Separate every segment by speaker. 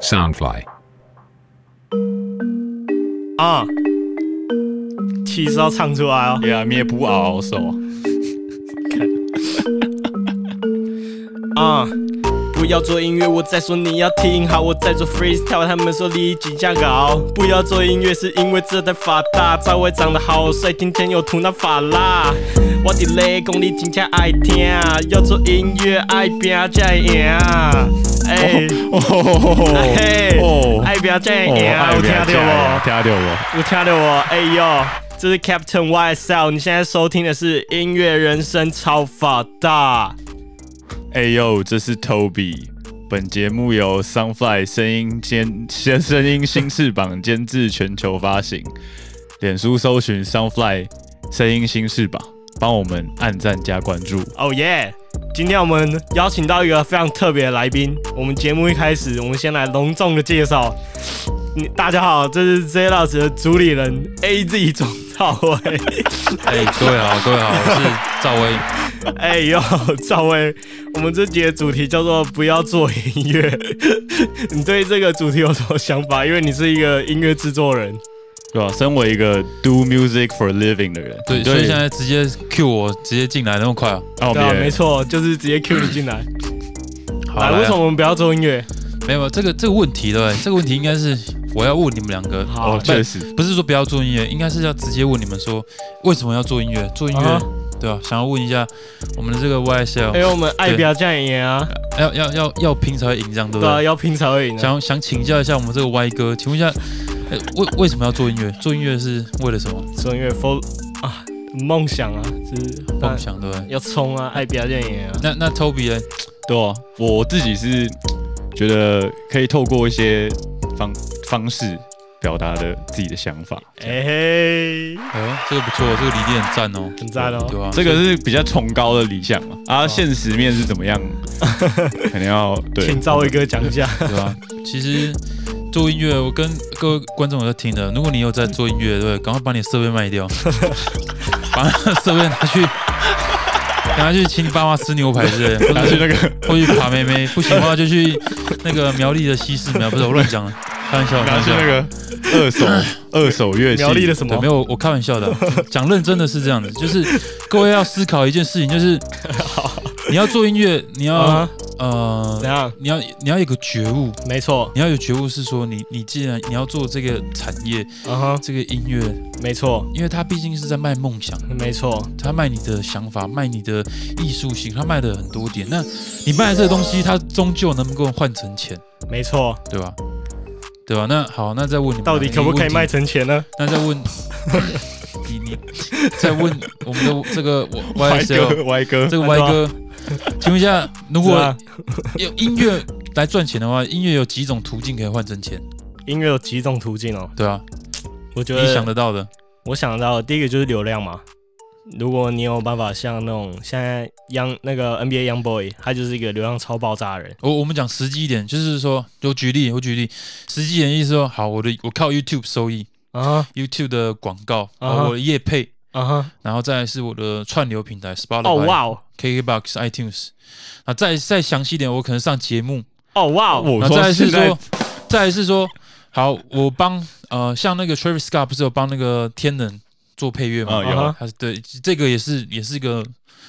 Speaker 1: Soundfly.
Speaker 2: 啊，气势要唱出来哦。
Speaker 3: Yeah, me bu also.
Speaker 2: 啊、不要做音乐，我在说你要听好，我在做 freestyle，他们说离几下搞。不要做音乐，是因为这台发大招，我长得好帅，今天又涂那发蜡。我的雷公你真正爱听，啊要做音乐爱拼才会赢。哎、 嘿，
Speaker 3: 哦
Speaker 2: 哦爱拼才会赢，啊
Speaker 3: 爱
Speaker 2: 哎有听
Speaker 3: 拼
Speaker 2: 到哦无？
Speaker 3: 哎听到哦无？
Speaker 2: 有听到我？哎呦，这是 Captain YSL，你现在收听的是音乐人生超发大。
Speaker 3: 哎呦，这是 Toby。本节目由 Sunfly 声音监先声音新翅膀监制全球发行，脸书搜寻 Sunfly 声音新翅膀，帮我们按赞加关注。
Speaker 2: 哦耶！今天我们邀请到一个非常特别的来宾。我们节目一开始，我们先来隆重的介绍。你大家好，这是 Z 老师的主理人 AZ 总赵薇。
Speaker 4: 哎、各位好，各位好，我是赵薇。
Speaker 2: 哎呦，赵薇，我们这集的主题叫做“不要做音乐”。 你对这个主题有什么想法？因为你是一个音乐制作人。
Speaker 3: 对吧、身为一个 do music for living 的人，
Speaker 4: 对，所以现在直接 Q 我，直接进来那么快啊？
Speaker 3: 澳
Speaker 2: 对啊，
Speaker 3: 门
Speaker 2: 没错，就是直接 Q 你进来。
Speaker 4: 好啊
Speaker 2: 来，为什么我们不要做音乐？
Speaker 4: 没有这个这个问题对不对？这个问题应该是我要问你们两个，
Speaker 2: 好
Speaker 3: 哦，，确实，
Speaker 4: 不是说不要做音乐，应该是要直接问你们说为什么要做音乐？做音乐、
Speaker 2: 啊哎
Speaker 4: 对吧、想要问一下我们的这个 YSL，、
Speaker 2: 因为我们爱表演演啊，
Speaker 4: 要要要要拼才会赢，这样对不
Speaker 2: 对
Speaker 4: 对？
Speaker 2: 啊，要拼才会赢啊。
Speaker 4: 想想请教一下我们这个 Y 哥，请问一下，哎、为为什么要做音乐？做音乐是为了什么？
Speaker 2: 孙悦峰啊，梦想啊，就是
Speaker 4: 梦想对不对？
Speaker 2: 要冲啊，爱表演啊。
Speaker 4: 那那 Toby 呢？
Speaker 3: 对啊，我自己是觉得可以透过一些方方式表达的自己的想法。
Speaker 2: 哎嘿，
Speaker 4: 哎呦，这个不错，这个理念很赞哦，
Speaker 2: 很赞哦
Speaker 4: 对吧、
Speaker 3: 这个是比较崇高的理想嘛，啊，
Speaker 4: 哦
Speaker 3: 现实面是怎 么样，肯定要对
Speaker 2: 请赵伟哥讲一 下。
Speaker 4: 对吧、其实做音乐，我跟各位观众有在听的，如果你有在做音乐，对，赶快把你的设备卖掉， 把那设备拿去，拿去请你爸妈吃牛排之类的，
Speaker 3: 拿
Speaker 4: 或
Speaker 3: 去
Speaker 4: 者
Speaker 3: 那个
Speaker 4: 或去爬妹妹，不行的话就去那个苗栗的西市苗，不是我乱讲的，开玩笑，开
Speaker 3: 拿
Speaker 4: 玩
Speaker 3: 去
Speaker 4: 笑。
Speaker 3: 那个 二手二手乐器，
Speaker 2: 苗栗的什
Speaker 4: 对，
Speaker 2: 么
Speaker 4: 没？有，我开玩笑的啊，讲认真的是这样的，就是各位要思考一件事情，就是 你要做音乐，你要
Speaker 2: 啊，
Speaker 4: 呃
Speaker 2: 怎，样？
Speaker 4: 你要你要有个觉悟，
Speaker 2: 没错，
Speaker 4: 你要有觉悟，是说你你既然你要做这个产业，
Speaker 2: 嗯哼，
Speaker 4: 这个音乐，
Speaker 2: 没错，
Speaker 4: 因为它毕竟是在卖梦想，
Speaker 2: 没错，
Speaker 4: 它卖你的想法，卖你的艺术性，它卖了很多点。那你卖的这个东西，它终究能够换成钱，
Speaker 2: 没错。
Speaker 4: 对吧？对吧？那好，那啊再问你们
Speaker 2: 到底可不可以卖？成钱呢？
Speaker 4: 那再问你你再问我们的这个我
Speaker 3: 歪
Speaker 4: YSL
Speaker 3: 哥歪哥，
Speaker 4: 这个 Y 哥，请问一下，如
Speaker 2: 是
Speaker 4: 果
Speaker 2: 啊
Speaker 4: 有音乐来赚钱的话，音乐有几种途径可以换成钱？
Speaker 2: 音乐有几种途径哦。
Speaker 4: 对吧？
Speaker 2: 我觉
Speaker 4: 你想
Speaker 2: 得，
Speaker 4: 得到的。
Speaker 2: 我想到的第一个就是流量嘛。如果你有办法像那种现在央那个 NBA Young Boy，他就是一个流量超爆炸的人。
Speaker 4: 我我们讲实际一点，就是说，我举例，我举例，实际一点意思说，好，我的我靠 YouTube 收益
Speaker 2: 啊
Speaker 4: ，YouTube 的广告，
Speaker 2: 啊哈
Speaker 4: 啊、我的业配，
Speaker 2: 啊哈！
Speaker 4: 然后再来是我的串流平台
Speaker 2: 哦
Speaker 4: Spotify、
Speaker 2: 哇哦，
Speaker 4: KKBox、iTunes，啊，再再详细一点，我可能上节目，
Speaker 2: 哦哇哦，
Speaker 3: 我
Speaker 4: 然后
Speaker 3: 说
Speaker 4: 再来是
Speaker 3: 现在
Speaker 4: 说，再来是说，好，我帮呃，像那个 Travis Scott 不是有帮那个天人做配乐
Speaker 3: 啊
Speaker 4: 吗？
Speaker 3: 有
Speaker 2: 啊哈
Speaker 4: 他是对这个也是也是一个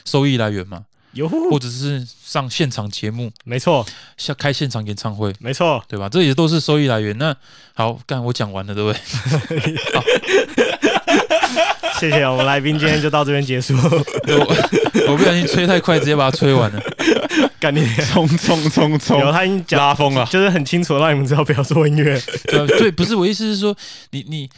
Speaker 4: 收益来源嘛，
Speaker 2: 哟呼，
Speaker 4: 或者是上现场节目，
Speaker 2: 没错，
Speaker 4: 像开现场演唱会。
Speaker 2: 没错，
Speaker 4: 对吧？这也都是收益来源。那好，干我讲完了，对不对？
Speaker 2: 谢 谢我们来宾，今天就到这边结束。
Speaker 4: 对我我不小心吹太快，直接把它吹完了。
Speaker 2: 干你！
Speaker 3: 冲冲冲
Speaker 2: 有啊
Speaker 3: 冲，
Speaker 2: 他已经讲，
Speaker 3: 拉风了，
Speaker 2: 就是很清楚地让你们知道不要做音乐。
Speaker 4: 对啊 对，不是我意思是说，你你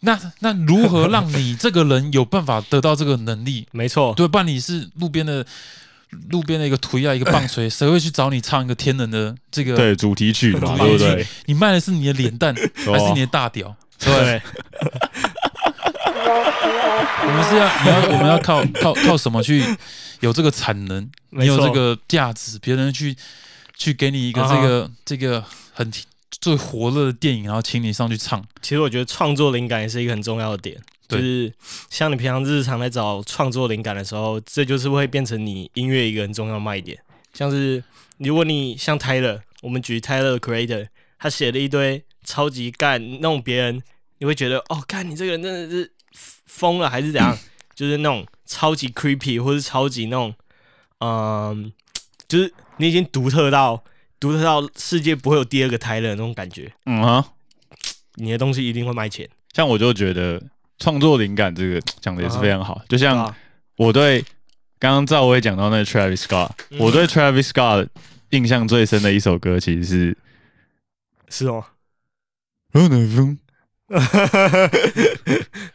Speaker 4: 那那如何让你这个人有办法得到这个能力？
Speaker 2: 没错，
Speaker 4: 对，不然你是路边的路边的一个推啊，一个棒槌，谁会去找你唱一个天人的这个？，
Speaker 3: 对主题曲嘛，
Speaker 2: 主
Speaker 3: 对
Speaker 2: 题曲
Speaker 3: 不对？
Speaker 4: 你卖的是你的脸蛋，还是你的大屌？
Speaker 2: 对，
Speaker 4: 我们是要你要我们要靠靠靠什么去有这个产能？
Speaker 2: 没
Speaker 4: 你有
Speaker 2: 错
Speaker 4: 这个价值，别人去去给你一个
Speaker 2: 啊
Speaker 4: 这
Speaker 2: 哈
Speaker 4: 个、这个很最火热的电影，然后请你上去唱。
Speaker 2: 其实我觉得创作灵感也是一个很重要的点，就
Speaker 4: 对
Speaker 2: 是像你平常日常在找创作灵感的时候，这就是会变成你音乐一个很重要的卖点。像是如果你像 Tyler，我们举 Tyler the Creator，他写了一堆超级干弄别人，你会觉得哦，干你这个人真的是疯了还是怎样？就是那种超级 creepy 或是超级那种，嗯，就是你已经独特到独特到世界不会有第二个胎了那种感觉，
Speaker 3: 嗯啊，
Speaker 2: 你的东西一定会卖钱，
Speaker 3: 像我就觉得创作灵感这个讲的也是非常
Speaker 2: 啊
Speaker 3: 好，就像我对刚刚赵薇讲到那个 Travis Scott，、
Speaker 2: 嗯
Speaker 3: 我对 Travis Scott 印象最深的一首歌其实是
Speaker 2: 是哦。
Speaker 3: Run a room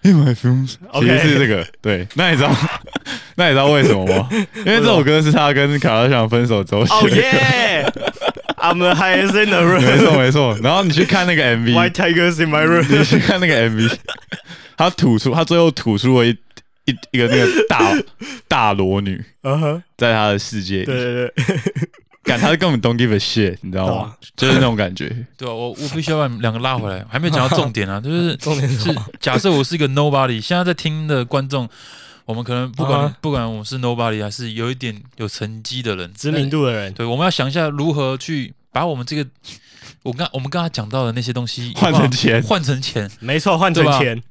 Speaker 3: in my films，其
Speaker 2: OK
Speaker 3: 实是这个。对，那你知道 那你知道为什么吗？因为这首歌是他跟卡拉想分手之后
Speaker 2: 哦
Speaker 4: Oh,
Speaker 3: 写的。
Speaker 2: 耶！I'm the highest in the
Speaker 3: 没
Speaker 2: room.
Speaker 3: 错没错，然后你去看那个 MV，
Speaker 2: White tigers in my room.
Speaker 3: 你去看那个 MV，他吐出，他最后吐出了一一一个那个大大裸女，
Speaker 2: 嗯哼，
Speaker 3: 在他的世界
Speaker 2: 对
Speaker 3: 里，
Speaker 2: 对对，
Speaker 3: 感他根本 don't give a shit，你知道
Speaker 2: 懂
Speaker 3: 吗
Speaker 2: 啊？
Speaker 3: 就是那种感觉。
Speaker 4: 对啊， 我我必须要把你们两个拉回来，还没有讲到重点 啊，就是
Speaker 2: 重点是什
Speaker 4: 是
Speaker 2: 么
Speaker 4: 假设我是一个 nobody，现在在听的观众，我们可能不管、
Speaker 2: 啊
Speaker 4: 不管我们是 nobody 还是有一点有成绩的人，
Speaker 2: 知名度的人
Speaker 4: 但，对，我们要想一下如何去把我们这个我刚我们刚才讲到的那些东西
Speaker 3: 换成钱
Speaker 4: 换成钱，
Speaker 2: 没错，换成
Speaker 4: 对吧
Speaker 2: 钱，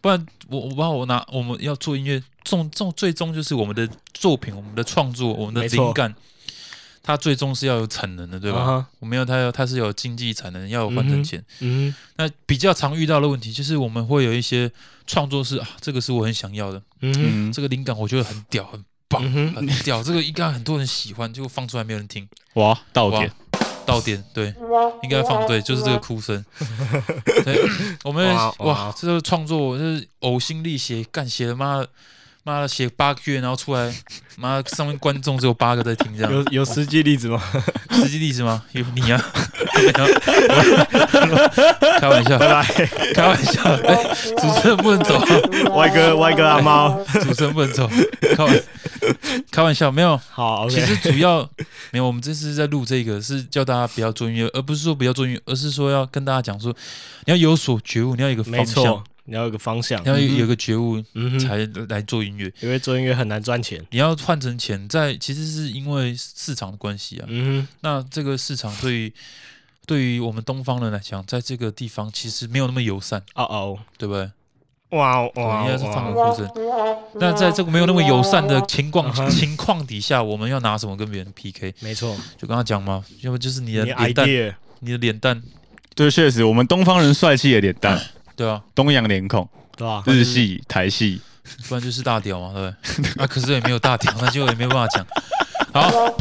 Speaker 4: 不然我我把我拿我们要做音乐，重重最终就是我们的作品、我们的创作、我们的
Speaker 2: 没错
Speaker 4: 灵感，它最终是要有产能的，对吧？
Speaker 2: 啊哈
Speaker 4: 我们要它要它是有经济产能，要有换
Speaker 2: 嗯
Speaker 4: 成
Speaker 2: 哼
Speaker 4: 钱。
Speaker 2: 嗯
Speaker 4: 那比较常遇到的问题就是，我们会有一些创作是啊，这个是我很想要的，
Speaker 2: 嗯
Speaker 3: 嗯，
Speaker 4: 这个灵感我觉得很屌，很棒，
Speaker 2: 嗯哼
Speaker 4: 很屌，这个应该很多人喜欢，结果放出来没有人听。
Speaker 3: 哇，到
Speaker 4: 哇
Speaker 3: 点，
Speaker 4: 到点，对，应该放对，就是这个哭声。 对， 我们
Speaker 2: 哇
Speaker 4: 哇
Speaker 2: 哇，
Speaker 4: 这个创作就是呕心沥血，干写的妈的妈的写八个月，然后出来，妈的上面观众只有八个在听，这
Speaker 2: 哼，有
Speaker 4: 样
Speaker 2: 有实际例 子吗？
Speaker 4: 实际例子吗？有你啊， 开玩笑，
Speaker 2: 来，
Speaker 4: 开玩笑，哎，主持人不能走，
Speaker 2: 歪哥歪哥阿猫，
Speaker 4: 主持人不能走，开玩开玩笑，没有，
Speaker 2: 好
Speaker 4: 其
Speaker 2: ，OK，
Speaker 4: 实主要没有，我们这次在录这个是叫大家不要做音乐，而不是说不要做音乐，而是说要跟大家讲说，你要有所觉悟，你要有一个
Speaker 2: 没
Speaker 4: 方向
Speaker 2: 错，，你要有个方向
Speaker 4: 你，要有有一个觉悟
Speaker 2: 嗯哼，
Speaker 4: 才来做音乐。
Speaker 2: 因为做音乐很难赚钱，
Speaker 4: 你要换成钱，在其实是因为市场的关系啊。
Speaker 2: 嗯
Speaker 4: 那这个市场对于对于我们东方人来讲，在这个地方其实没有那么友善，
Speaker 2: 哼，哦哦，
Speaker 4: 对不对？
Speaker 2: 哇哦
Speaker 4: 我
Speaker 2: 哇
Speaker 4: 应该
Speaker 2: 哦
Speaker 4: 是
Speaker 2: 哇
Speaker 4: 放
Speaker 2: 哦，
Speaker 4: 个哭声。那在这个没有那么友善的情况、
Speaker 2: 嗯哼
Speaker 4: 情况底下，我们要拿什么跟别人 PK？
Speaker 2: 没错，
Speaker 4: 就刚刚讲嘛，要不就是你
Speaker 2: 你的
Speaker 4: 的脸蛋，
Speaker 2: idea
Speaker 4: 你的脸蛋，
Speaker 3: 对，确实，我们东方人帅气的脸蛋，
Speaker 4: 对啊，
Speaker 3: 东洋脸孔，
Speaker 2: 对吧？
Speaker 3: 日系、台系，
Speaker 4: 不然就是大屌嘛，对不 对？啊，可是也没有大屌，那就也没有办法讲。好，
Speaker 2: 啊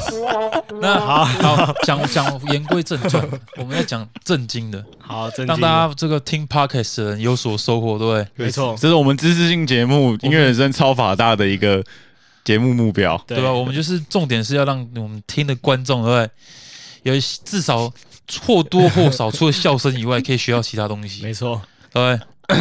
Speaker 4: 那好好讲讲言归正 传，我们要讲正经的，
Speaker 2: 好，正
Speaker 4: 让
Speaker 2: 经，
Speaker 4: 大家这个听 podcast 的人有所收获，对不对？
Speaker 2: 没错，
Speaker 3: 这是我们知识性节目《音乐人生超法大》的一个节目目 标。
Speaker 4: 对吧？我们就是重点是要让我们听的观众，对不对？有一些至少或多或少，除了笑声以外，可以学到其他东西，
Speaker 2: 没错。
Speaker 4: 对不对？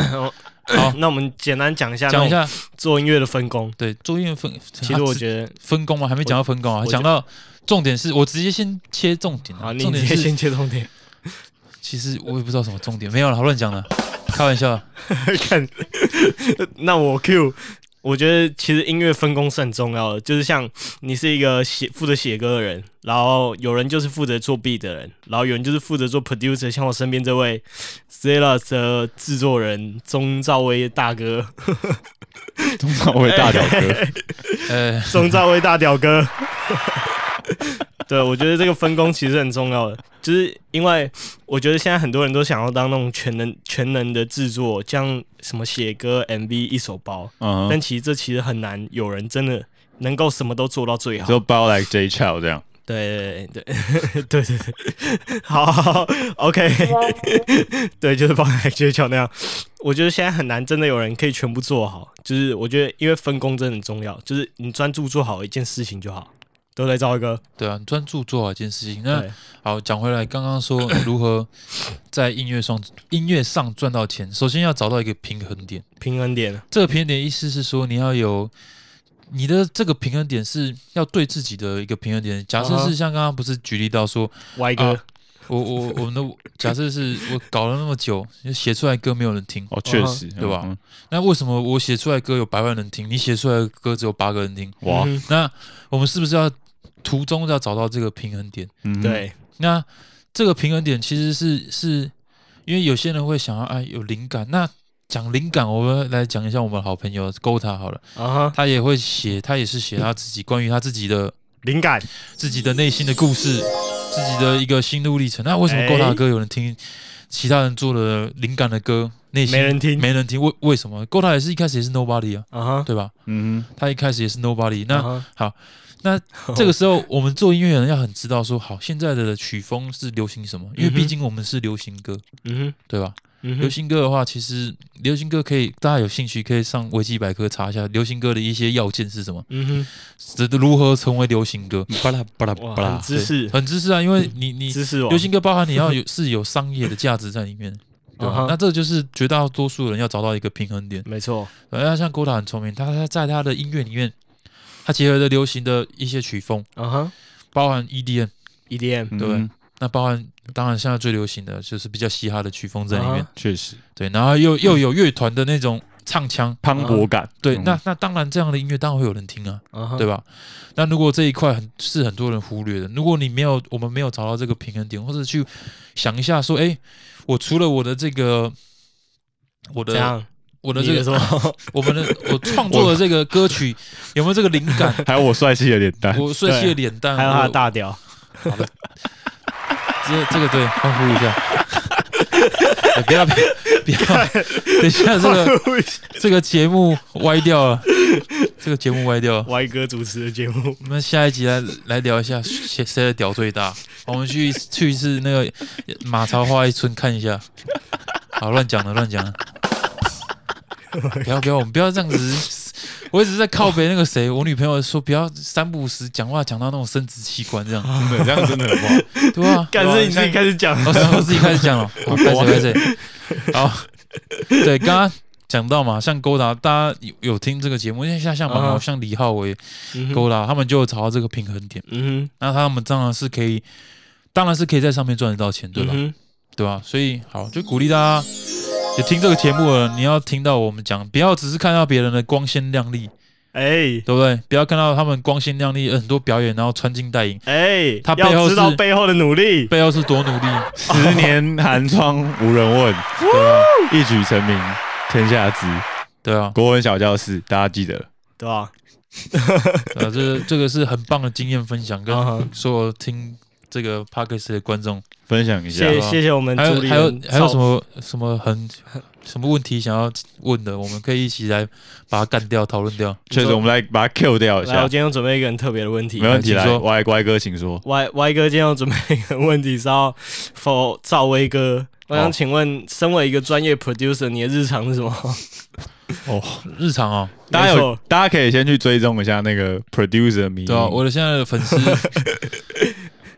Speaker 4: 好，
Speaker 2: 那我们简单讲一下，
Speaker 4: 讲一下
Speaker 2: 做音乐的分工。
Speaker 4: 对作业分，啊
Speaker 2: 其实我觉得，
Speaker 4: 分工吗？还没讲到分工啊，
Speaker 2: 我
Speaker 4: 讲到重点是我直接先切重点啊。
Speaker 2: 好，你
Speaker 4: 重点
Speaker 2: 直接
Speaker 4: 是
Speaker 2: 先切重点。
Speaker 4: 其实我也不知道什么重点，没有了，乱讲的，开玩笑。
Speaker 2: 看， 那我 Q，我觉得其实音乐分工是很重要的，就是像你是一个写负责写歌的人，然后有人就是负责做 B 的人，然后有人就是负责做 producer，像我身边这位 Zelas 的制作人钟兆威大哥，
Speaker 3: 通常我会大屌哥，
Speaker 4: 呃，
Speaker 2: 钟兆威大屌哥。 对，我觉得这个分工其实很重要的，就是因为我觉得现在很多人都想要当那种全能全能的制作，像什么写歌、MV 一手包，
Speaker 3: 嗯哼
Speaker 2: 但，其实这其实很难有人真的能够什么都做到最好。
Speaker 3: 就包 like J Chow 这样。
Speaker 2: 对对对对对对，好好好，OK，对，就是帮海街桥那样。我觉得现在很难真的有人可以全部做好，就是我觉得因为分工真的很重要，就是你专注做好一件事情就好，对不对，赵一哥？
Speaker 4: 对啊，你专注做好一件事情。那
Speaker 2: 对，
Speaker 4: 好，讲回来，刚刚说如何在音乐上音乐上赚到钱，首先要找到一个平衡点。
Speaker 2: 平衡点，
Speaker 4: 这个平衡点意思是说，你要有你的这个平衡点是要对自己的一个平衡点。假设
Speaker 2: 啊哈
Speaker 4: 是像刚刚不是举例到说，
Speaker 2: 歪哥，
Speaker 4: 啊我我我们的假设是我搞了那么久，就写出来歌没有人听，
Speaker 3: 哦，确实，
Speaker 4: 对吧
Speaker 3: 嗯？
Speaker 4: 那为什么我写出来歌有百万人听，你写出来的歌只有八个人听？
Speaker 3: 哇，
Speaker 2: 嗯哼
Speaker 4: 那我们是不是要途中要找到这个平衡点？
Speaker 3: 嗯哼，
Speaker 2: 对，
Speaker 4: 那这个平衡点其实是是因为有些人会想要哎有灵感，那讲灵感，我们来讲一下我们的好朋友 Gota 好了，
Speaker 2: 啊哈，
Speaker 4: 他也会写，他也是写他自己关于他自己的
Speaker 2: 灵感
Speaker 4: 自己的内心的故事，自己的一个心路历程。那为什么
Speaker 2: 哎
Speaker 4: Gota 的歌有人听，其他人做了灵感的歌，内心
Speaker 2: 没人听
Speaker 4: 没人听，为为什么？Gota 也是一开始也是 Nobody 啊，
Speaker 2: 啊哈，
Speaker 4: 对吧？
Speaker 3: 嗯哼，
Speaker 4: 他一开始也是 Nobody，那、
Speaker 2: 啊
Speaker 4: 那
Speaker 2: 哈
Speaker 4: 这个时候，我们做音乐人要很知道说，好，现在的曲风是流行什么，因为
Speaker 2: 嗯哼
Speaker 4: 毕竟我们是流行歌，
Speaker 2: 嗯哼
Speaker 4: 对吧？
Speaker 2: 嗯
Speaker 4: 流
Speaker 2: 哼
Speaker 4: 行歌的话，其实流行歌可以，大家有兴趣可以上维基百科查一下流行歌的一些要件是什么，
Speaker 2: 嗯
Speaker 4: 这如何成为流行歌，巴拉巴拉
Speaker 2: 哼，哇，
Speaker 4: 巴
Speaker 2: 很
Speaker 4: 拉，
Speaker 2: 知识嗯
Speaker 4: 对，很知识啊，因为你你
Speaker 2: 知识王哦
Speaker 4: 流，行歌包含 你要有是有商业的价值在里面。对
Speaker 2: 啊哈
Speaker 4: 吧？那这就是绝大多数人要找到一个平衡点。
Speaker 2: 没错，
Speaker 4: 然后像郭达很聪明，他他在他的音乐里面，他结合了流行的一些曲风，
Speaker 2: 啊哈
Speaker 4: 包含 EDM，
Speaker 2: ，EDM，
Speaker 3: 嗯
Speaker 4: 对
Speaker 3: 哼
Speaker 4: 那包含当然现在最流行的就是比较嘻哈的曲风在里面，
Speaker 2: 啊
Speaker 3: 确实
Speaker 4: 对，然后又又有乐团的那种唱腔，
Speaker 3: 磅礴感，
Speaker 4: 对，
Speaker 3: 嗯
Speaker 4: 那那当然这样的音乐当然会有人听啊，
Speaker 2: 啊哈，
Speaker 4: 对吧？那如果这一块很是很多人忽略的，如果你没有我们没有找到这个平衡点，或者去想一下说，哎，我除了我的这个我
Speaker 2: 这
Speaker 4: 的
Speaker 2: 样，
Speaker 4: 我的
Speaker 2: 你
Speaker 4: 这
Speaker 2: 的
Speaker 4: 个
Speaker 2: 说，
Speaker 4: 我们的我创作的这个歌曲有没有这个灵 感？
Speaker 3: 还有我帅气的脸蛋，
Speaker 4: 我帅气的脸蛋，
Speaker 2: 还有他
Speaker 4: 我
Speaker 2: 的大屌，
Speaker 4: 这这个对，欢呼一下。 哎不要不要，不要 等一下这 个这个节目歪掉了，这个节目歪掉了。
Speaker 2: 歪哥主持的节目，
Speaker 4: 我们下一集来来聊一下谁谁的屌最大。我们去去一次那个马槽花一村看一下。好，乱讲了，乱讲了。不要不要，我们不要这样子。我一直在靠北那个谁，我女朋友说不要三不五时讲话讲到那种生殖器官这样，
Speaker 3: 真的这样真的很不好。
Speaker 4: 对啊。
Speaker 2: 干是你自己开始讲，
Speaker 4: 我我自己开始讲了，好，开始开始。好，对，刚刚讲到嘛，像勾达，大家有有听这个节目，因为像像蛮
Speaker 2: 啊
Speaker 4: 好，
Speaker 2: 哈
Speaker 4: 像李浩维、
Speaker 2: 嗯哼
Speaker 4: 勾达，他们就有找到这个平衡点，
Speaker 2: 嗯
Speaker 4: 那他们当然是可以，当然是可以在上面赚得到钱，
Speaker 2: 哼，
Speaker 4: 对吧？
Speaker 2: 嗯哼
Speaker 4: 对吧？所以好，就鼓励大家。有听这个节目了，你要听到我们讲，不要只是看到别人的光鲜亮丽，
Speaker 2: 哎
Speaker 4: 对不对？不要看到他们光鲜亮丽，很多表演，然后穿金戴银，
Speaker 2: 哎，
Speaker 4: 他背
Speaker 2: 要
Speaker 4: 后
Speaker 2: 知道
Speaker 4: 是
Speaker 2: 背后的努力，
Speaker 4: 背后是多努力，
Speaker 3: 十年寒窗无人 问，一举成名天下知。
Speaker 4: 对啊。
Speaker 3: 国文小教室，大家记得了。
Speaker 2: 对吧？
Speaker 4: 呃，这这个是很棒的经验分享，跟
Speaker 2: 啊哈
Speaker 4: 所有听这个 p o d c a s 的观众，
Speaker 3: 分享一下
Speaker 2: 谢谢谢谢我们
Speaker 4: 还有
Speaker 2: 助理
Speaker 4: 还有
Speaker 2: 人
Speaker 4: 还有什
Speaker 2: 赵
Speaker 4: 么什么很什么问题想要问的，我们可以一起来把它干掉，讨论掉。
Speaker 3: 确实，我们来把它 Q 掉一
Speaker 2: 来，
Speaker 3: 下
Speaker 2: 我，今天又准备一个很特别的问题
Speaker 3: 没。问题。
Speaker 4: 请
Speaker 3: 来，
Speaker 4: 说
Speaker 3: 歪乖哥，请说。
Speaker 2: Y Y 哥今天又准备一个问题是要否赵薇哥，我
Speaker 3: 哦
Speaker 2: 想请问，身为一个专业 producer，你的日常是什么？
Speaker 4: 日常哦，
Speaker 3: 大家
Speaker 2: 没
Speaker 3: 有
Speaker 2: 错，
Speaker 3: 大家可以先去追踪一下那个 producer 迷。
Speaker 4: 对啊，我的现在的粉 丝，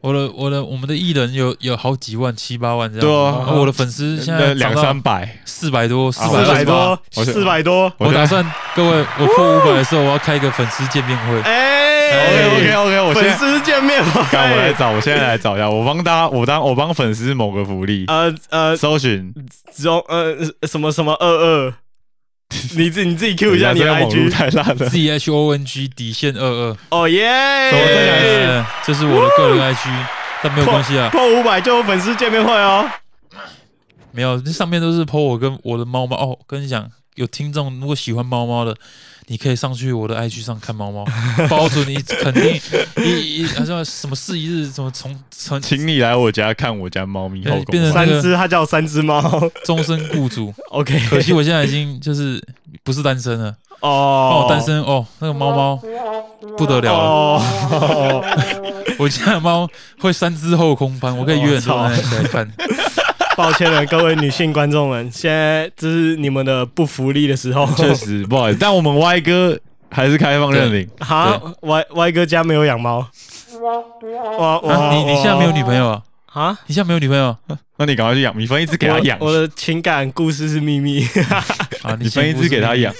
Speaker 4: 我的我的我们的艺人有有好几万七八万这样，
Speaker 3: 对
Speaker 4: 然
Speaker 3: 啊，
Speaker 4: 后我的粉丝现在
Speaker 3: 两三百，
Speaker 4: 四百多，四
Speaker 3: 啊
Speaker 2: 四
Speaker 4: 百
Speaker 2: 百多，
Speaker 3: 我是
Speaker 2: 四百多。
Speaker 4: 我
Speaker 3: 觉得
Speaker 4: 打算各位，我破五百的时候，我要开一个粉丝见面会。
Speaker 2: 哎
Speaker 3: OK OK OK，我现
Speaker 2: 粉
Speaker 3: 在
Speaker 2: 丝哎见面会
Speaker 3: 干，我来找，我现在来找一下，我帮大家，我当我帮粉丝某个福利，
Speaker 2: 呃呃，
Speaker 3: 搜寻
Speaker 2: 中呃什么什么二 二，你自你自己 Q 一下你
Speaker 3: 这
Speaker 2: 的
Speaker 3: 个网络
Speaker 2: IG。
Speaker 3: 太烂了，
Speaker 4: Z H O N G 底线二二，
Speaker 2: 哦
Speaker 3: 我再来一次
Speaker 2: 耶！
Speaker 4: 呃这是我的个人 IG，但没有关系啊，
Speaker 2: 破五百就有粉丝见面会哦。
Speaker 4: 没有，这上面都是 po 我跟我的猫猫哦。跟你讲，有听众如果喜欢猫猫的，你可以上去我的 IG 上看猫 猫，包准你肯定一一好像什么四一日什么从从
Speaker 3: 请你来我家看我家猫咪后
Speaker 4: 变
Speaker 3: 宫
Speaker 4: 成。
Speaker 2: 三只，它叫三只猫。
Speaker 4: 终身雇主。
Speaker 2: OK，
Speaker 4: 可惜我现在已经就是不是单身了，
Speaker 2: 哦，
Speaker 4: 哦，单身哦，那个猫猫不得了了。
Speaker 2: 哦，
Speaker 4: 我家的猫会三只后空翻，
Speaker 3: 哦
Speaker 4: 我可以约很多人来 看。
Speaker 2: 抱歉了，各位女性观众们，现在这是你们的不福利的时候。
Speaker 3: 确实不好意思，但我们歪哥还是开放认领。
Speaker 2: 哈歪歪哥家没有养猫。哇
Speaker 4: 啊，
Speaker 2: 哇！
Speaker 4: 你你现在没有女朋友啊？
Speaker 2: 啊？
Speaker 4: 你现在没有女朋友啊？
Speaker 3: 那你赶快去养，米芬一直给他养，
Speaker 2: 我的情感故事是秘密。
Speaker 4: 啊你
Speaker 3: 你分一
Speaker 4: 先不
Speaker 3: 只
Speaker 4: 是
Speaker 3: 给他养，。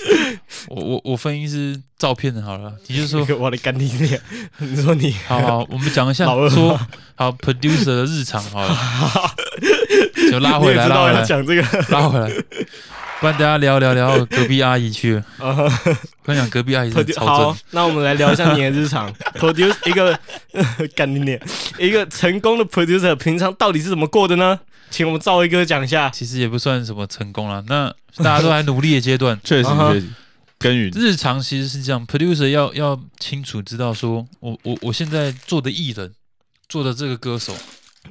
Speaker 4: 我我我分一只照片好了，你就说
Speaker 2: 我的干爹娘，你说你
Speaker 4: 好好，我们讲一下
Speaker 2: 老二
Speaker 4: 说好 producer 的 日常好了，就拉
Speaker 2: 你
Speaker 4: 回
Speaker 2: 也
Speaker 4: 来
Speaker 2: 知
Speaker 4: 拉
Speaker 2: 道
Speaker 4: 回
Speaker 2: 要
Speaker 4: 来
Speaker 2: 讲这个
Speaker 4: 拉回来。不然等下聊聊聊隔壁阿姨去了。
Speaker 2: 呃
Speaker 4: 我跟你讲，隔壁阿姨 真的
Speaker 2: produ-
Speaker 4: 嗯超
Speaker 2: 好
Speaker 4: 正，，
Speaker 2: 那我们来聊一下你的日 常。produce 一个 干你脸，一个成功的 producer 平常到底是怎么过的呢？请我们赵一哥讲一下。
Speaker 4: 其实也不算什么成功啦。那大家都还努力的阶段，
Speaker 3: 确实
Speaker 2: 啊哈
Speaker 3: 确实耕耘
Speaker 4: 日常其实是这样，producer 要要清楚知道说，我我我现在做的艺人，做的这个歌手，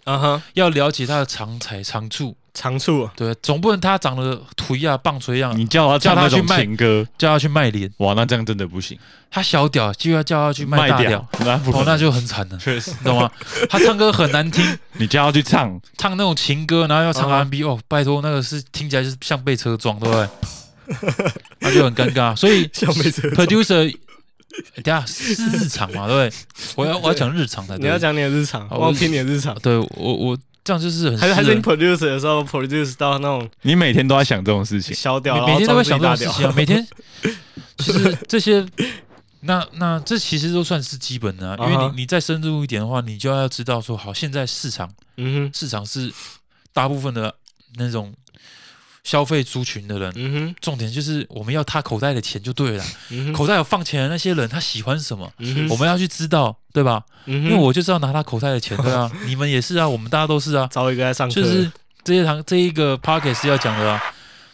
Speaker 4: 嗯
Speaker 2: 啊哈，
Speaker 4: 要了解他的长才长处，
Speaker 2: 长处
Speaker 4: 对，总不能他长得土一样棒槌一样，
Speaker 3: 你叫他唱
Speaker 4: 叫他
Speaker 3: 那种
Speaker 4: 去卖
Speaker 3: 情歌，
Speaker 4: 叫他去卖脸，
Speaker 3: 哇，那这样真的不行，
Speaker 4: 他小屌就要叫他去卖大屌
Speaker 3: 掉，，那不
Speaker 4: 哦，
Speaker 3: 可能
Speaker 4: 那就很惨了，
Speaker 3: 确实，
Speaker 4: 你懂吗？他唱歌很难听，
Speaker 3: 你叫他去唱，
Speaker 4: 唱那种情歌，然后要唱
Speaker 2: 啊
Speaker 4: R&B，、哦，拜托，那个是听起来是像被车撞，对不对？那就很尴尬， 所 以
Speaker 2: 小妹 子，
Speaker 4: producer，哎等一下是日常嘛，对不对？我要我要讲日常才
Speaker 2: 你要
Speaker 4: 对。
Speaker 2: 讲你的日常，
Speaker 4: 好
Speaker 2: 忘记你的日常，
Speaker 4: 对我我这样就是很
Speaker 2: 还是还是你
Speaker 4: 私
Speaker 2: produce 的时候 produce 到那种
Speaker 3: 你每天都在想这种事情，
Speaker 2: 小屌，
Speaker 4: 人
Speaker 2: 然
Speaker 4: 每
Speaker 2: 后
Speaker 4: 每天都会
Speaker 2: 装
Speaker 4: 想
Speaker 2: 自己
Speaker 4: 这
Speaker 2: 大屌
Speaker 4: 种事情啊，每天其实这些。那那这其实都算是基本的、啊，因为
Speaker 2: 啊哈
Speaker 4: 你你再深入一点的话，你就要知道说，好，现在市场
Speaker 2: 嗯哼，
Speaker 4: 市场是大部分的那种消费族群的人，
Speaker 2: 嗯
Speaker 4: 重点就是我们要他口袋的钱就对了啦，
Speaker 2: 哼，嗯哼，
Speaker 4: 口袋有放钱的那些人他喜欢什么，
Speaker 2: 嗯
Speaker 4: 我
Speaker 2: 哼，嗯
Speaker 4: 们要去知道，对吧？
Speaker 2: 因
Speaker 4: 因为我就是要拿他口袋的钱，对啊，你们也是啊，我们大家都是啊，
Speaker 2: 找一个在上课，
Speaker 4: 就是这一堂这一个 p o c k e t 是要讲的啊，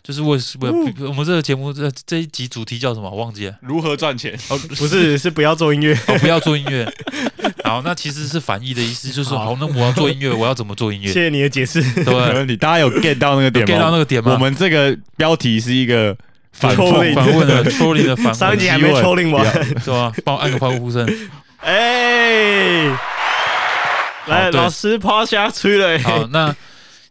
Speaker 4: 就是我我我们这个节目这这一集主题叫什么？忘记了，
Speaker 3: 如何赚钱？
Speaker 2: 哦，不是是不要做 音乐，
Speaker 4: 哦，不要做音乐。好，那其实是反义的意思，就是说
Speaker 2: 好
Speaker 4: 好，那我要做音乐，我要怎么做音
Speaker 2: 谢
Speaker 4: 乐？
Speaker 2: 谢你的解释，
Speaker 4: 对不
Speaker 3: 没
Speaker 4: 对
Speaker 3: 问题，大家有 get 到那个点吗？
Speaker 4: ，get 到那个点吗？
Speaker 3: 我们这个标题是一个反
Speaker 2: 对
Speaker 3: 讽，
Speaker 4: 反问了 t r o l l y 的反
Speaker 2: 上一
Speaker 4: 问
Speaker 2: 集，还没
Speaker 3: 疑问
Speaker 2: trolling 完，
Speaker 4: 对吧？帮我按个欢 呼声。
Speaker 2: 哎，来
Speaker 4: 好对
Speaker 2: 老师趴下吹了，
Speaker 4: 好，
Speaker 2: 哎
Speaker 4: 那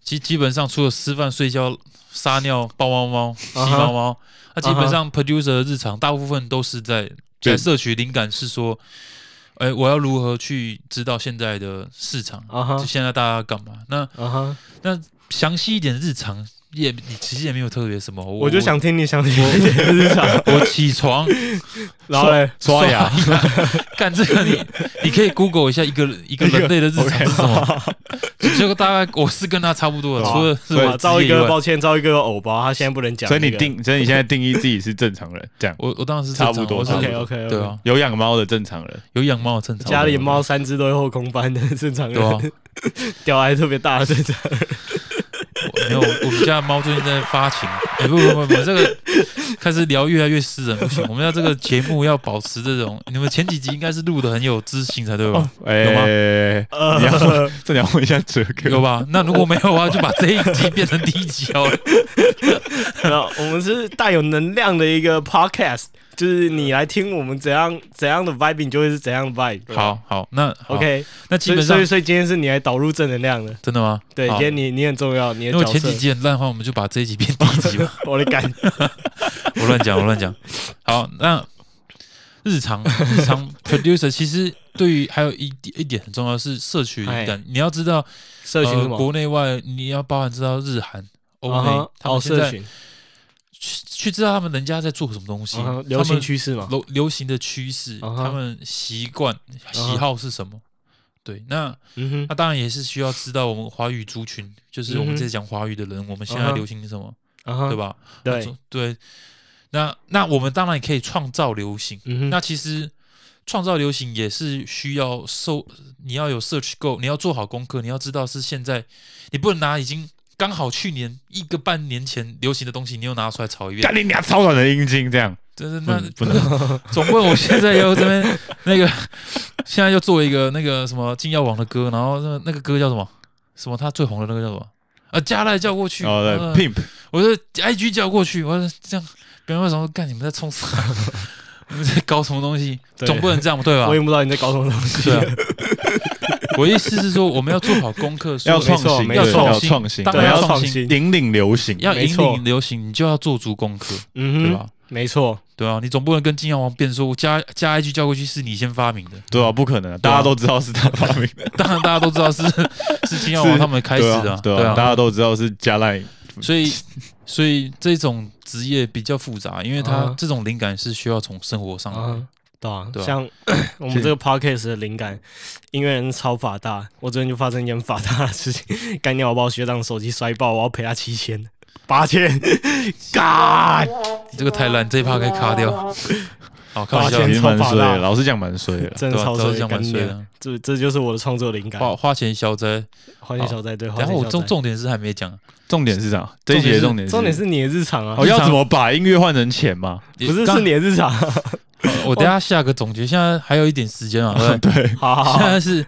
Speaker 4: 基基本上除了吃饭、睡觉、撒尿、抱猫猫、吸
Speaker 2: 啊哈
Speaker 4: 猫猫，那基
Speaker 2: 啊
Speaker 4: 本
Speaker 2: 哈
Speaker 4: 上 producer 的日常大部分都是在
Speaker 3: 对
Speaker 4: 在摄取灵感，是说，哎，我要如何去知道现在的市场，
Speaker 2: 啊哈
Speaker 4: 就现在大家要干嘛？那
Speaker 2: 啊哈，
Speaker 4: 详细一点日常也，你其实也没有特别什么，
Speaker 2: 我
Speaker 4: 我
Speaker 2: 就想听你想听
Speaker 4: 我
Speaker 2: 你的日 常，
Speaker 4: 我我起床
Speaker 2: 然后嘞，
Speaker 3: 刷牙，
Speaker 4: 干这个你，你可以 Google 一下一个一个人类的日常是什么，就大概我是跟他差不多的，
Speaker 2: 好啊
Speaker 4: 除了是
Speaker 3: 所以
Speaker 4: 我
Speaker 2: 赵
Speaker 4: 职
Speaker 2: 一
Speaker 4: 业以
Speaker 2: 哥，
Speaker 4: 外
Speaker 2: 抱歉，赵一哥有偶包，他现在不能讲
Speaker 3: 所
Speaker 2: 这
Speaker 3: 以
Speaker 2: 个。
Speaker 3: 你定，所以你现在定义自己是正常人，这样
Speaker 4: 我我当然是
Speaker 3: 差
Speaker 4: 正
Speaker 3: 不
Speaker 4: 常，
Speaker 3: 多
Speaker 4: 我是
Speaker 3: 差不
Speaker 2: ？OK OK，
Speaker 4: 对啊，，
Speaker 3: 有养猫的正常人，
Speaker 4: 有养猫的正常，
Speaker 2: 家里猫三只都会后空翻的正常
Speaker 4: 对啊
Speaker 2: 人，，屌还特别大的正常。
Speaker 4: 我没有，我们家的猫最近在发情，哎、不不不不，这个开始聊越来越私人，不行，我们要这个节目要保持这种，你们前几集应该是录的很有知性才对吧？有吗
Speaker 3: 哎，你要
Speaker 2: 呃，
Speaker 3: 这你要问一下哲
Speaker 4: 有
Speaker 3: 哥，
Speaker 4: 吧？那如果没有啊，就把这一集变成第一集哦。
Speaker 2: 然后我们是带有能量的一个 podcast，就是你来听我们怎样怎样的 vibe，你就会是怎样的 vibe 对吧。
Speaker 4: 好好，那好
Speaker 2: ，OK，
Speaker 4: 那基
Speaker 2: 所
Speaker 4: 本
Speaker 2: 以
Speaker 4: 上
Speaker 2: 所以所以今天是你来导入正能量的，
Speaker 4: 真的吗？
Speaker 2: 对，今
Speaker 4: 好
Speaker 2: 天你你很重要，你的
Speaker 4: 因为我
Speaker 2: 角
Speaker 4: 前几
Speaker 2: 色，
Speaker 4: 集很烂的话，我们就把这一集变第一集吧。
Speaker 2: 我的感，
Speaker 4: 呃我乱讲，我乱讲。好，那日常 日常 producer 其实对于还有一点一点很重要是摄取灵感，你要知道
Speaker 2: 哎社群
Speaker 4: 呃
Speaker 2: 什么？
Speaker 4: 国内外你要包含知道日韩、欧
Speaker 2: 啊
Speaker 4: 美
Speaker 2: 哈，
Speaker 4: 他
Speaker 2: 哦，
Speaker 4: 们现
Speaker 2: 社
Speaker 4: 在
Speaker 2: 群，
Speaker 4: 去去知道他们人家在做什么东西
Speaker 2: 啊哈，
Speaker 4: 他
Speaker 2: 流行
Speaker 4: 们
Speaker 2: 趋势嘛，
Speaker 4: 流流行的趋势，
Speaker 2: 啊哈啊
Speaker 4: 他们习惯
Speaker 2: 哈
Speaker 4: 喜好是什么。对，那
Speaker 2: 嗯
Speaker 4: 那
Speaker 2: 哼，
Speaker 4: 当然也是需要知道我们华语族群，就是我
Speaker 2: 嗯
Speaker 4: 们
Speaker 2: 哼
Speaker 4: 在讲华语的人，我们现
Speaker 2: 啊
Speaker 4: 在
Speaker 2: 哈
Speaker 4: 流行什么，
Speaker 2: 啊哈，
Speaker 3: 嗯
Speaker 4: 对？吧？那
Speaker 2: 对，
Speaker 4: 种对，那那我们当然也可以创造流行。
Speaker 2: 嗯哼，
Speaker 4: 那其实创造流行也是需要受，你要有 search go，你要做好功课，你要知道是现在，你不能拿已经刚好去年一个半年前流行的东西，你又拿出来炒一遍
Speaker 3: 干。你俩超短的阴茎这样，
Speaker 4: 真的
Speaker 3: 不
Speaker 4: 那
Speaker 3: 能不能，
Speaker 4: 总问我现在又这边那个，现在又做一个那个什么金耀王的歌，然后那那个歌叫什么？什么他最红的那个叫什么？啊，加赖叫过去。
Speaker 3: 哦
Speaker 4: 呃
Speaker 3: 对，pimp
Speaker 4: 我就 IG 叫过去，我就这样，别人会想说干你们在冲 啥？你们在搞什么东西？
Speaker 2: 对
Speaker 4: 总不能这样对吧
Speaker 2: 我？也不知道你在搞什么东西
Speaker 4: 对。啊。我的意思是说，我们要做好功 课，说
Speaker 3: 要
Speaker 2: 错
Speaker 3: 创新，
Speaker 2: 没
Speaker 3: 对
Speaker 2: 错
Speaker 3: 要
Speaker 2: 没
Speaker 4: 错
Speaker 3: 创新，
Speaker 4: 当
Speaker 2: 对
Speaker 4: 然
Speaker 2: 要
Speaker 4: 要
Speaker 2: 创
Speaker 4: 创
Speaker 2: 新
Speaker 4: 新，
Speaker 3: 引领流行，
Speaker 4: 要
Speaker 2: 没
Speaker 4: 引
Speaker 2: 错
Speaker 4: 领流行，你就要做足功课，对
Speaker 2: 嗯哼，
Speaker 4: 吧？
Speaker 2: 没错，
Speaker 4: 对啊，你总不能跟金阳王辩说，我加加 IG 叫过去是你先发明的。
Speaker 3: 对啊，不可能啊，大家都知道是他发明的，
Speaker 4: 当然，大家都知道是 是金阳
Speaker 3: 是
Speaker 4: 王他们开始的
Speaker 3: 对啊
Speaker 4: 啊，
Speaker 3: 对
Speaker 4: 对
Speaker 3: 啊，大家都知道是加赖，
Speaker 4: 所以，所以这种职业比较复杂，因为
Speaker 2: 啊
Speaker 4: 它这种灵感是需要从生活上来的
Speaker 2: 啊。，对啊，
Speaker 4: 嗯对啊
Speaker 2: 像我们这个 podcast 的灵感，音乐人超法 大，我昨天就发生一件法大的事情，干掉我把我学长手机摔爆，我要赔他七千。八千
Speaker 4: 啊
Speaker 2: ，God，
Speaker 4: 你这个太烂，这一趴该卡掉。 好，开玩笑
Speaker 2: 抱
Speaker 3: 其
Speaker 2: 歉
Speaker 4: 的，
Speaker 3: 实蛮衰的，老实讲蛮衰的。
Speaker 2: 真的
Speaker 4: 对啊
Speaker 2: 超
Speaker 4: 早就
Speaker 2: 水
Speaker 4: 讲
Speaker 2: 干
Speaker 4: 蛮衰
Speaker 2: 练
Speaker 4: 的。
Speaker 2: 这这就是我的创作灵感。
Speaker 4: 花花钱消灾。
Speaker 2: 花钱小灾对，花
Speaker 4: 然后
Speaker 2: 钱
Speaker 4: 我
Speaker 2: 消
Speaker 4: 重
Speaker 2: 灾
Speaker 4: 重点是还没讲，
Speaker 3: 重点是啥？这一节重点
Speaker 2: 重点是你的日常啊
Speaker 3: 哦，，要怎么把音乐换成钱嘛？
Speaker 2: 不是
Speaker 4: 刚
Speaker 2: 是你的日常。
Speaker 4: 我等一下下个总结，现在还有一点时 间啊，对不对
Speaker 2: 好好好
Speaker 4: 现，在是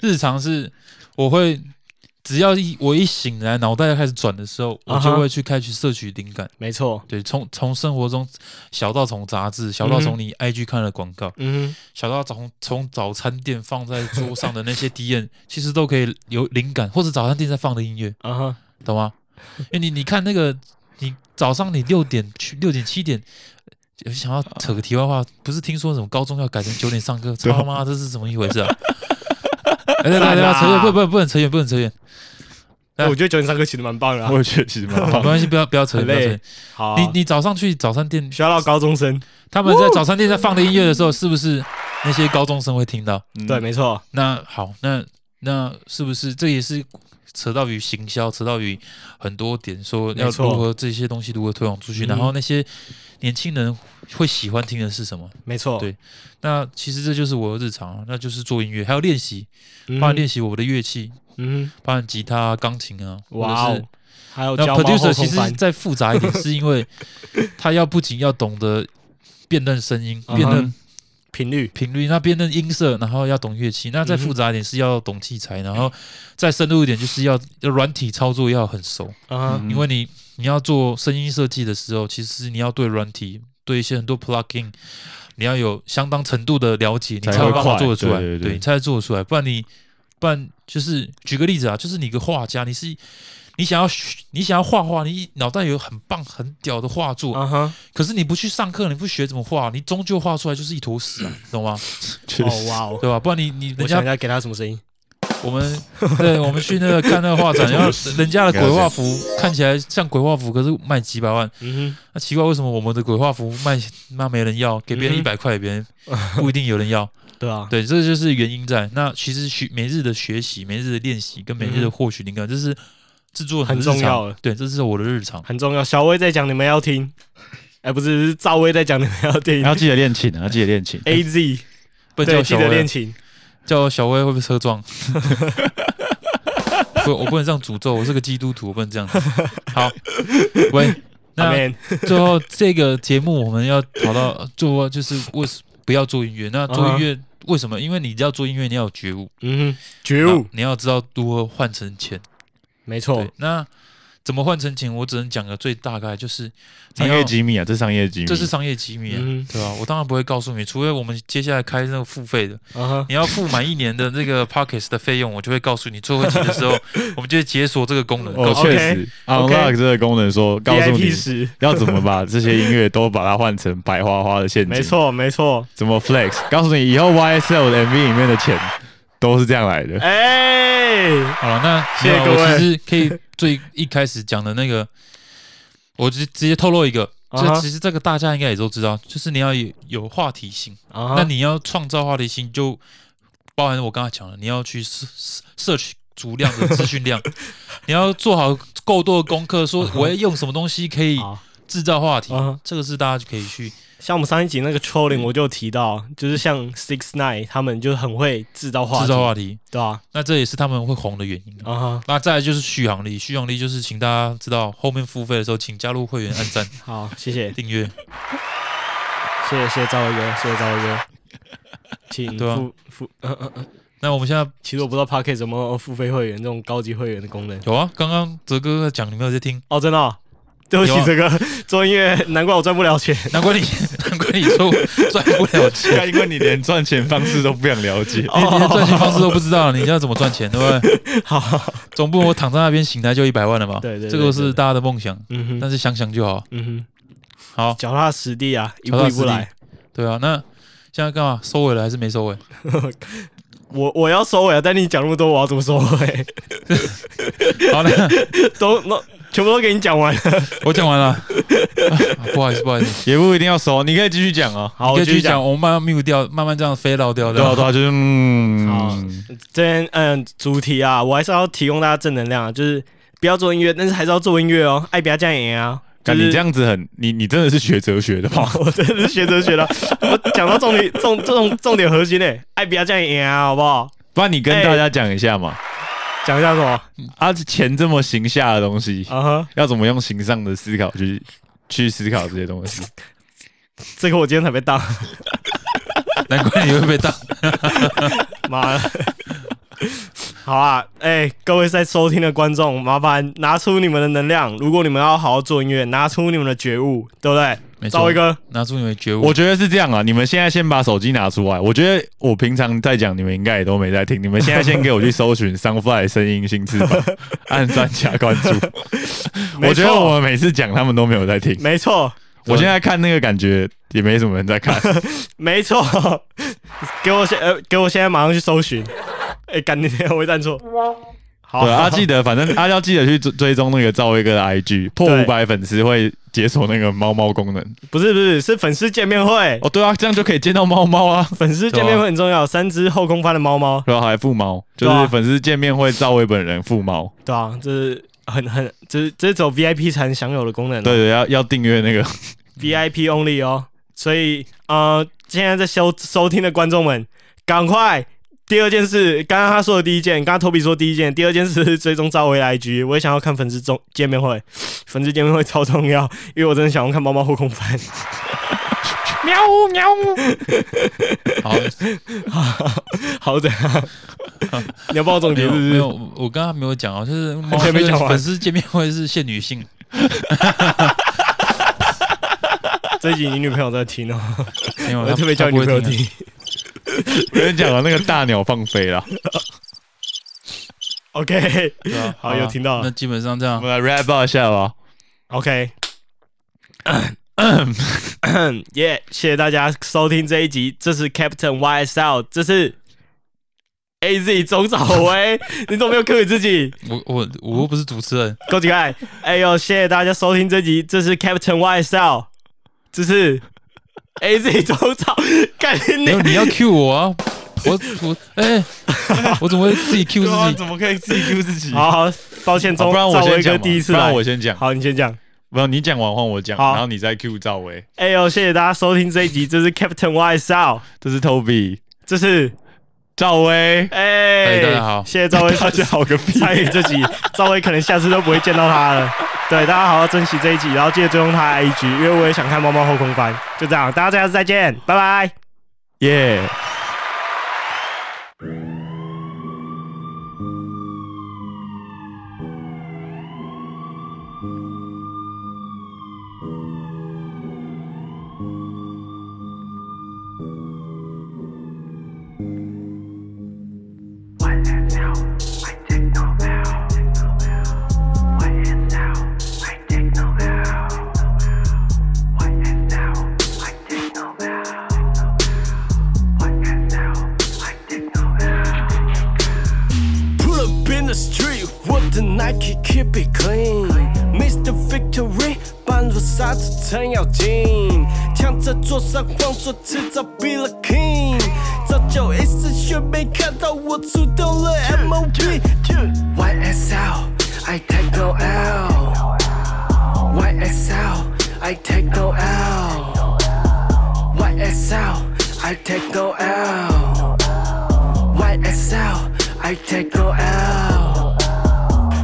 Speaker 4: 日常是，我会只要一我一醒来，脑袋开始转的时候，我
Speaker 2: 啊哈
Speaker 4: 就会去开始摄取灵感。
Speaker 2: 没错。
Speaker 4: 对，从从生活中，小到从杂志，小到
Speaker 2: 嗯哼
Speaker 4: 从你 IG 看的广告，
Speaker 2: 嗯
Speaker 4: 小到从从早餐店放在桌上的那些体验，其实都可以有灵感，或者早餐店在放的音乐，
Speaker 2: 哼，啊哈，
Speaker 4: 懂吗？因为你你看那个，你早上你六点去六点七点，呃想
Speaker 2: 啊
Speaker 4: 要扯个题外话，不是听说什么高中要改成九点 上课？
Speaker 3: 对啊
Speaker 4: 操妈，这是怎么一回事啊？哎，对对对啊，扯远，不不不能扯远，不能扯远，哎
Speaker 2: 我觉得九点上课其实蛮棒的啊
Speaker 3: 我。也觉得其实蛮
Speaker 4: 没
Speaker 3: 棒 的。
Speaker 4: 关系，不要不要扯
Speaker 2: 很
Speaker 4: 远，不要扯
Speaker 2: 累
Speaker 4: 远。，
Speaker 2: 好，啊
Speaker 4: 你你早上去早餐店，
Speaker 2: 学到高中生，
Speaker 4: 他们在早餐店在放的音乐的时候，是不是那些高中生会听到？
Speaker 3: 嗯
Speaker 2: 对，，没错，
Speaker 4: 那好，那那是不是这也是扯到于行销，扯到于很多点说要
Speaker 2: 没错
Speaker 4: 如何这些东西如何推广出去，
Speaker 2: 嗯
Speaker 4: 然后那些年轻人会喜欢听的是什么？
Speaker 2: 没错，
Speaker 4: 对那其实这就是我的日常啊，那就是做音乐，还有练习，
Speaker 2: 嗯
Speaker 4: 包含练习我的乐器，
Speaker 2: 嗯，
Speaker 4: 包含吉他啊、钢琴啊，或
Speaker 2: 哇
Speaker 4: 者是
Speaker 2: 哦，还有
Speaker 4: 那
Speaker 2: 教
Speaker 4: producer 其实再复杂一点，是因为他要不仅要懂得辨认声音、
Speaker 2: 嗯哼
Speaker 4: 辨认
Speaker 2: 频率，
Speaker 4: 频率，那辨认音色，然后要懂乐器，那再复杂一点是要懂器材，然
Speaker 3: 嗯
Speaker 4: 后再深入一点就是要要软体操作要很熟，
Speaker 2: 啊哈，
Speaker 3: 嗯
Speaker 4: 因为你你要做声音设计的时候，其实你要对软体对一些很多 plugin，你要有相当程度的了解，你
Speaker 3: 才
Speaker 4: 有
Speaker 3: 会
Speaker 4: 办法
Speaker 3: 快
Speaker 4: 做得出来，
Speaker 3: 对对对
Speaker 4: 你才做得出来，不然你不然就是举个例子啊，就是你一个画家，你是。你想要学你想要画画，你脑袋有很棒很屌的画作，
Speaker 2: 啊哈，
Speaker 4: 可是你不去上课，你不学怎么画，你终究画出来就是一坨屎啊，你懂吗？
Speaker 3: 嗯确
Speaker 2: 哦
Speaker 3: 实
Speaker 2: 哇 哦，
Speaker 4: 对吧？不然你你
Speaker 2: 我
Speaker 4: 人
Speaker 2: 想一
Speaker 4: 家
Speaker 2: 下给他什么声音，
Speaker 4: 我们对我们去那个看那个画展，然后人家的鬼画符看起来像鬼画符，可是卖几百万，
Speaker 2: 嗯
Speaker 4: 那奇怪为什么我们的鬼画符卖那没人要，给别人
Speaker 2: 嗯哼
Speaker 4: 一百块，别人不一定有 人要。
Speaker 2: 哼，对啊，
Speaker 4: 对，这就是原因在。那其实学每日的学习、每日的练习跟每日
Speaker 2: 嗯
Speaker 4: 的获取灵感，这是制作人的
Speaker 2: 很重
Speaker 4: 日常
Speaker 2: 要的
Speaker 4: 对，这是我的日常。
Speaker 2: 很重要。小薇在讲，你们要听，哎，不是，是赵薇在讲，你们要听
Speaker 3: 要记得练琴啊，要记得练琴。
Speaker 2: ，A Z，
Speaker 4: 不能
Speaker 2: 对，
Speaker 4: 叫
Speaker 2: 记
Speaker 4: 小
Speaker 2: 得
Speaker 4: 薇
Speaker 2: 练
Speaker 4: 啊，
Speaker 2: 琴，
Speaker 4: 叫小薇会被车 撞。不，我不能这样诅咒，我是个基督徒，我不能这样。好，喂，
Speaker 2: 阿
Speaker 4: 那
Speaker 2: man，
Speaker 4: 最后这个节目我们要跑到做，就是为什不要做音乐？那做音乐为什么？因为你要做音乐，你要有觉悟，
Speaker 2: 嗯哼，觉
Speaker 4: 那
Speaker 2: 悟，
Speaker 4: 你要知道如何换成钱。
Speaker 2: 没错
Speaker 3: 哦
Speaker 4: 对，，那怎么换成钱？我只能讲个最大概，就是你
Speaker 3: 商
Speaker 4: 要
Speaker 3: 业机密啊，这商业机密，
Speaker 4: 这是商业机密啊、
Speaker 2: 嗯
Speaker 4: 对吧、我当然不会告诉你，除非我们接下来开那个付费的，
Speaker 2: 哼，啊哈，
Speaker 4: 你要付满一年的这个 Pockets 的费用，我就会告诉你。最后一集 的时候，我们就会解锁这个功能。
Speaker 3: 哦，
Speaker 4: 告诉
Speaker 3: 确
Speaker 4: 你，
Speaker 3: 实
Speaker 2: OK
Speaker 3: ，unlock 这个功能说告诉你
Speaker 2: VIP 十，
Speaker 3: 要怎么把这些音乐都把它换成白花花的陷阱，
Speaker 2: 没，错，没错，
Speaker 3: 怎么 flex？告诉你以后 YSL 的 MV 里面的钱都是这样来的。
Speaker 2: 哎，
Speaker 4: 好了，那
Speaker 2: 谢谢
Speaker 4: 没有啊
Speaker 2: 各位
Speaker 4: 我其实可以最一开始讲的那个， 我直直接透露一个，
Speaker 2: 啊哈
Speaker 4: 这其实这个大家应该也都知道，就是你要有有话题性。
Speaker 2: 啊
Speaker 4: 那
Speaker 2: 哈，
Speaker 4: 你要创造话题性，就包含我刚才讲了，你要去摄摄摄取足量的 资讯量，你要做好够多的功课，说我要用什么东西可以
Speaker 2: 好
Speaker 4: 制造话题
Speaker 2: 啊。哈。
Speaker 4: 这个是大家就可以去
Speaker 2: 像我们上一集那个
Speaker 4: 嗯
Speaker 2: trolling，我就有提到，就是像 Six Nine 他们就很会制造话题，
Speaker 4: 制造话题，
Speaker 2: 对吧、
Speaker 4: 那这也是他们会红的原因啊
Speaker 2: 啊？哈，
Speaker 4: 那再来就是续航力，续航力就是请大家知道后面付费的时候，请加入会员、按赞、
Speaker 2: 好，谢谢，
Speaker 4: 订阅。
Speaker 2: 谢谢，谢谢赵伟哥，谢谢赵 伟哥，请
Speaker 4: 对啊
Speaker 2: 付付、呃呃呃
Speaker 4: 那我们现在
Speaker 2: 其实我不知道 Pocket 怎么付费会员这种高级会员的功能。
Speaker 4: 有啊，刚刚泽哥在讲，你没有在听，
Speaker 2: 哦，真的、哦，对不起
Speaker 4: 有，啊
Speaker 2: 这个 做音乐，难怪我赚不了 钱。
Speaker 4: 难怪你难怪你说赚不了钱，
Speaker 3: 因为你连赚钱方式都不想了解，
Speaker 2: 哦
Speaker 4: 你连赚钱方式都不知道，你要怎么赚钱，对不对？
Speaker 2: 好，
Speaker 4: 总不能我躺在那边醒来就一百万了吧？
Speaker 2: 对对对
Speaker 4: 这个是大家的梦想，
Speaker 2: 嗯哼，
Speaker 4: 但是想想就好。
Speaker 2: 嗯
Speaker 4: 好
Speaker 2: 哼，，脚踏实地啊，一
Speaker 4: 脚踏
Speaker 2: 步一
Speaker 4: 实地
Speaker 2: 步来。
Speaker 4: 对啊，那现在干嘛？收尾了还是没收 尾？
Speaker 2: 我我要收尾了，啊但你讲那么多，我要怎么收尾？
Speaker 4: 好了，
Speaker 2: 都那全部都给你讲完了。
Speaker 4: 我讲完了、啊不好意思，不好意思。
Speaker 3: 也不一定要熟，你可以继续讲啊。
Speaker 2: 好，
Speaker 4: 你
Speaker 2: 我
Speaker 4: 可以
Speaker 2: 继
Speaker 4: 继
Speaker 2: 续
Speaker 4: 续
Speaker 2: 讲
Speaker 4: 讲，。我慢慢 mute 掉，慢慢这样飞绕掉的。
Speaker 3: 对啊，对啊，就是
Speaker 2: 好呃
Speaker 3: 嗯，
Speaker 2: 这边嗯，主题啊，我还是要提供大家正能量啊，就是不要做音乐，但是还是要做音乐哦，爱不要这样演啊。就
Speaker 3: 但
Speaker 2: 是
Speaker 3: 你这样子很，你你真的是学哲学的吧？
Speaker 2: 我真的是学哲学的，我讲到重点重重重点核心嘞、爱不要这样演啊，好不好？
Speaker 3: 不然你跟
Speaker 2: 哎
Speaker 3: 大家讲一下嘛。
Speaker 2: 讲一下什么？
Speaker 3: 啊，钱这么形下的东西，
Speaker 2: 啊哈，
Speaker 3: 要怎么用形上的思考去去思考这些东 西？
Speaker 2: 这个我今天才被当，
Speaker 4: 难怪你会被当。
Speaker 2: 妈的。 好啊，哎、各位在收听的观众，麻烦拿出你们的能量。如果你们要好好做音乐，拿出你们的觉悟，对不对？
Speaker 4: 没
Speaker 2: 赵
Speaker 4: 错
Speaker 2: 威哥，
Speaker 4: 拿出你们的觉悟，
Speaker 3: 我觉得是这样啊，你们现在先把手机拿出来。我觉得我平常在讲，你们应该也都没在听。你们现在先给我去搜寻 Sunfly 声音新翅膀， 按赞加关注。
Speaker 2: 没
Speaker 3: 我觉得
Speaker 2: 错
Speaker 3: 我每次讲他们都没有在听。
Speaker 2: 没错，
Speaker 3: 我现在看那个感觉也没什么人在看。
Speaker 2: 没错，给我现呃，给我现在马上去搜寻。哎、赶紧，我会站错。好，
Speaker 3: 对啊，记得反正阿娇记得去追追踪那个赵薇哥 的 IG，破
Speaker 2: 对
Speaker 3: 五百粉丝会解锁那个猫猫功能。
Speaker 2: 不是不是，是粉丝见面会，
Speaker 3: 哦，对啊，这样就可以见到猫猫 啊。
Speaker 2: 粉丝见面会很重要。三只后空翻的猫猫，
Speaker 3: 然后还附猫，就
Speaker 2: 对啊
Speaker 3: 是粉丝见面会赵薇本人附猫。
Speaker 2: 对啊，这是很很，这是这是走 VIP 才能享有的功能、啊。
Speaker 3: 对对，要要订阅那个。
Speaker 2: VIP only 哦。所以呃，现在在收收听的观众们，赶快！第二件事，刚刚他说的第一件，刚刚 Toby 说第一件，第二件事是追踪赵薇的 IG，我也想要看粉丝中见面会，粉丝见面会超重要，因为我真的想要看猫猫后空翻。 喵呜喵呜，
Speaker 4: 好，
Speaker 2: 好 的，你要帮我 总
Speaker 4: 没
Speaker 2: 结是
Speaker 4: 有
Speaker 2: 不
Speaker 4: 没
Speaker 2: 是？
Speaker 4: 有，我刚刚没有讲哦，就是猫
Speaker 2: 还没讲完
Speaker 4: 粉丝见面会是限女性，
Speaker 2: 这一集你女朋友在听哦，
Speaker 4: 没有，
Speaker 2: 我
Speaker 4: 她
Speaker 2: 特别叫
Speaker 4: 她
Speaker 2: 你
Speaker 4: 不
Speaker 2: 女
Speaker 4: 会
Speaker 2: 朋友
Speaker 4: 啊
Speaker 2: 听。
Speaker 3: 我跟你讲啊了，那个大鸟放飞 了。
Speaker 2: OK
Speaker 4: 对啊，
Speaker 2: 好
Speaker 4: 啊
Speaker 2: 有听到
Speaker 4: 那基本上这
Speaker 3: 我
Speaker 4: 样，
Speaker 3: 们来 wrap up 一下吧。
Speaker 2: OK，耶！谢谢大家收听这一集，这是 Captain YSL，这是 AZ 钟兆威， 你怎么没有 Q 你自己？
Speaker 4: 我我我又不是主持人，
Speaker 2: 够几盖！哎呦，谢谢大家收听这集，这是 Captain YSL，这是 AZ 钟兆， 干你
Speaker 4: 没有你要 cue 我啊，我我哎，我怎么会自己 cue
Speaker 3: 对啊
Speaker 4: 自己？
Speaker 3: 怎么可以自己 Q 自己？
Speaker 2: 好好，抱歉，
Speaker 3: 好
Speaker 2: 钟
Speaker 3: 不然我
Speaker 2: 兆
Speaker 3: 先
Speaker 2: 威
Speaker 3: 讲
Speaker 2: 哥
Speaker 3: 嘛，
Speaker 2: 第一次
Speaker 3: 不然
Speaker 2: 来
Speaker 3: 我，先讲。
Speaker 2: 好，你先讲。
Speaker 3: 不然你讲完换我讲，
Speaker 2: 好
Speaker 3: 然后你再 Q 赵薇。
Speaker 2: 哎呦，谢谢大家收听这一集，这是 Captain YSL，
Speaker 3: 这是 Toby，
Speaker 2: 这是
Speaker 3: 赵薇。
Speaker 2: 哎，
Speaker 4: 大家好
Speaker 2: 谢谢赵薇
Speaker 3: 大家好个屁！
Speaker 2: 参与这集，赵薇可能下次都不会见到他了。对，大家好好珍惜这一集，然后记得追踪他的 IG，因为我也想看猫猫后空翻。就这样，大家下次再见，拜拜。
Speaker 3: 耶。
Speaker 1: What is now? I take no L. What is now? I take no L. What is now? I take no L. What is now? I take no L.
Speaker 5: Pull up in the street with the Nike, keep it clean. Mr. Victory，般若杀子程咬金，抢着桌上光说迟早 be the king。早就一丝血没看到我出动了 MOP。YSL, I take no L. YSL, I take no L. YSL, I take no L. YSL, I take no L.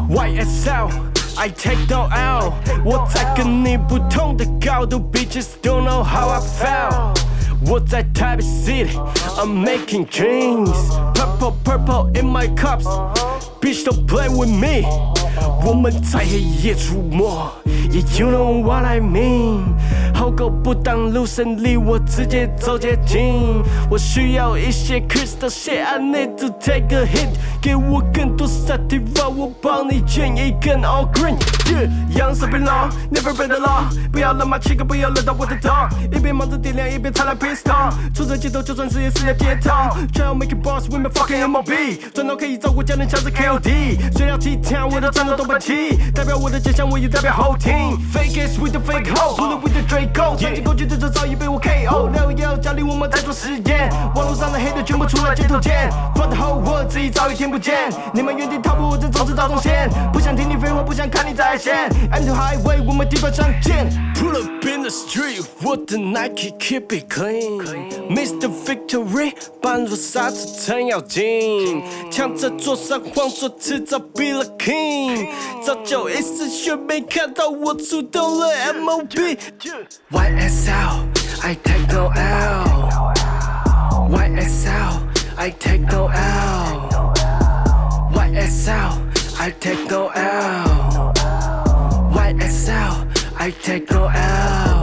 Speaker 5: YSL, I take no L. 我在跟你不同的高度，Bitches don't know how I felt. 我在台北 City, I'm making dreams. Purple, purple in my cups. Bitch, don't play with me. 我们在黑夜出没，Yeah, you know what I mean。好狗不挡路，胜利我直接走捷径。我需要一些 crystal shit, I need to take a hit。给我更多 sativa，我帮你建一根 all green。Yeah, young s u b e long, never break the law。不要乱骂七个，不要乱到我的头。一边忙着点亮，一边擦亮 pistol。出着街头，就算是也是在街头。Try to make it boss, we m a fucking MLB。赚到可以照顾家人，像是 KOD。虽然气强，我的战斗都本气。代表我的家乡，我也代表 whole team。Fake is with the fake hoe，除了 with the Draco。曾经过去的这早已被我 KO。六幺家里我们在做实验，网络上的黑的全部出来街头见。Fuck the whole world，自己早已填听不见，你们原地踏步，我正走着大中线，不想听你废话，不想看你在海线。I'm the highway，我们地板上见。Pull up in the street，我的 Nike keep it clean，Mr Victory，般若杀子程咬金，抢着座上皇座，迟早 be the king。早就一丝血没看到我出动了 MOB。YSL，I take no L。YSL, I take no L. YSL, I take no L. YSL, I take no L.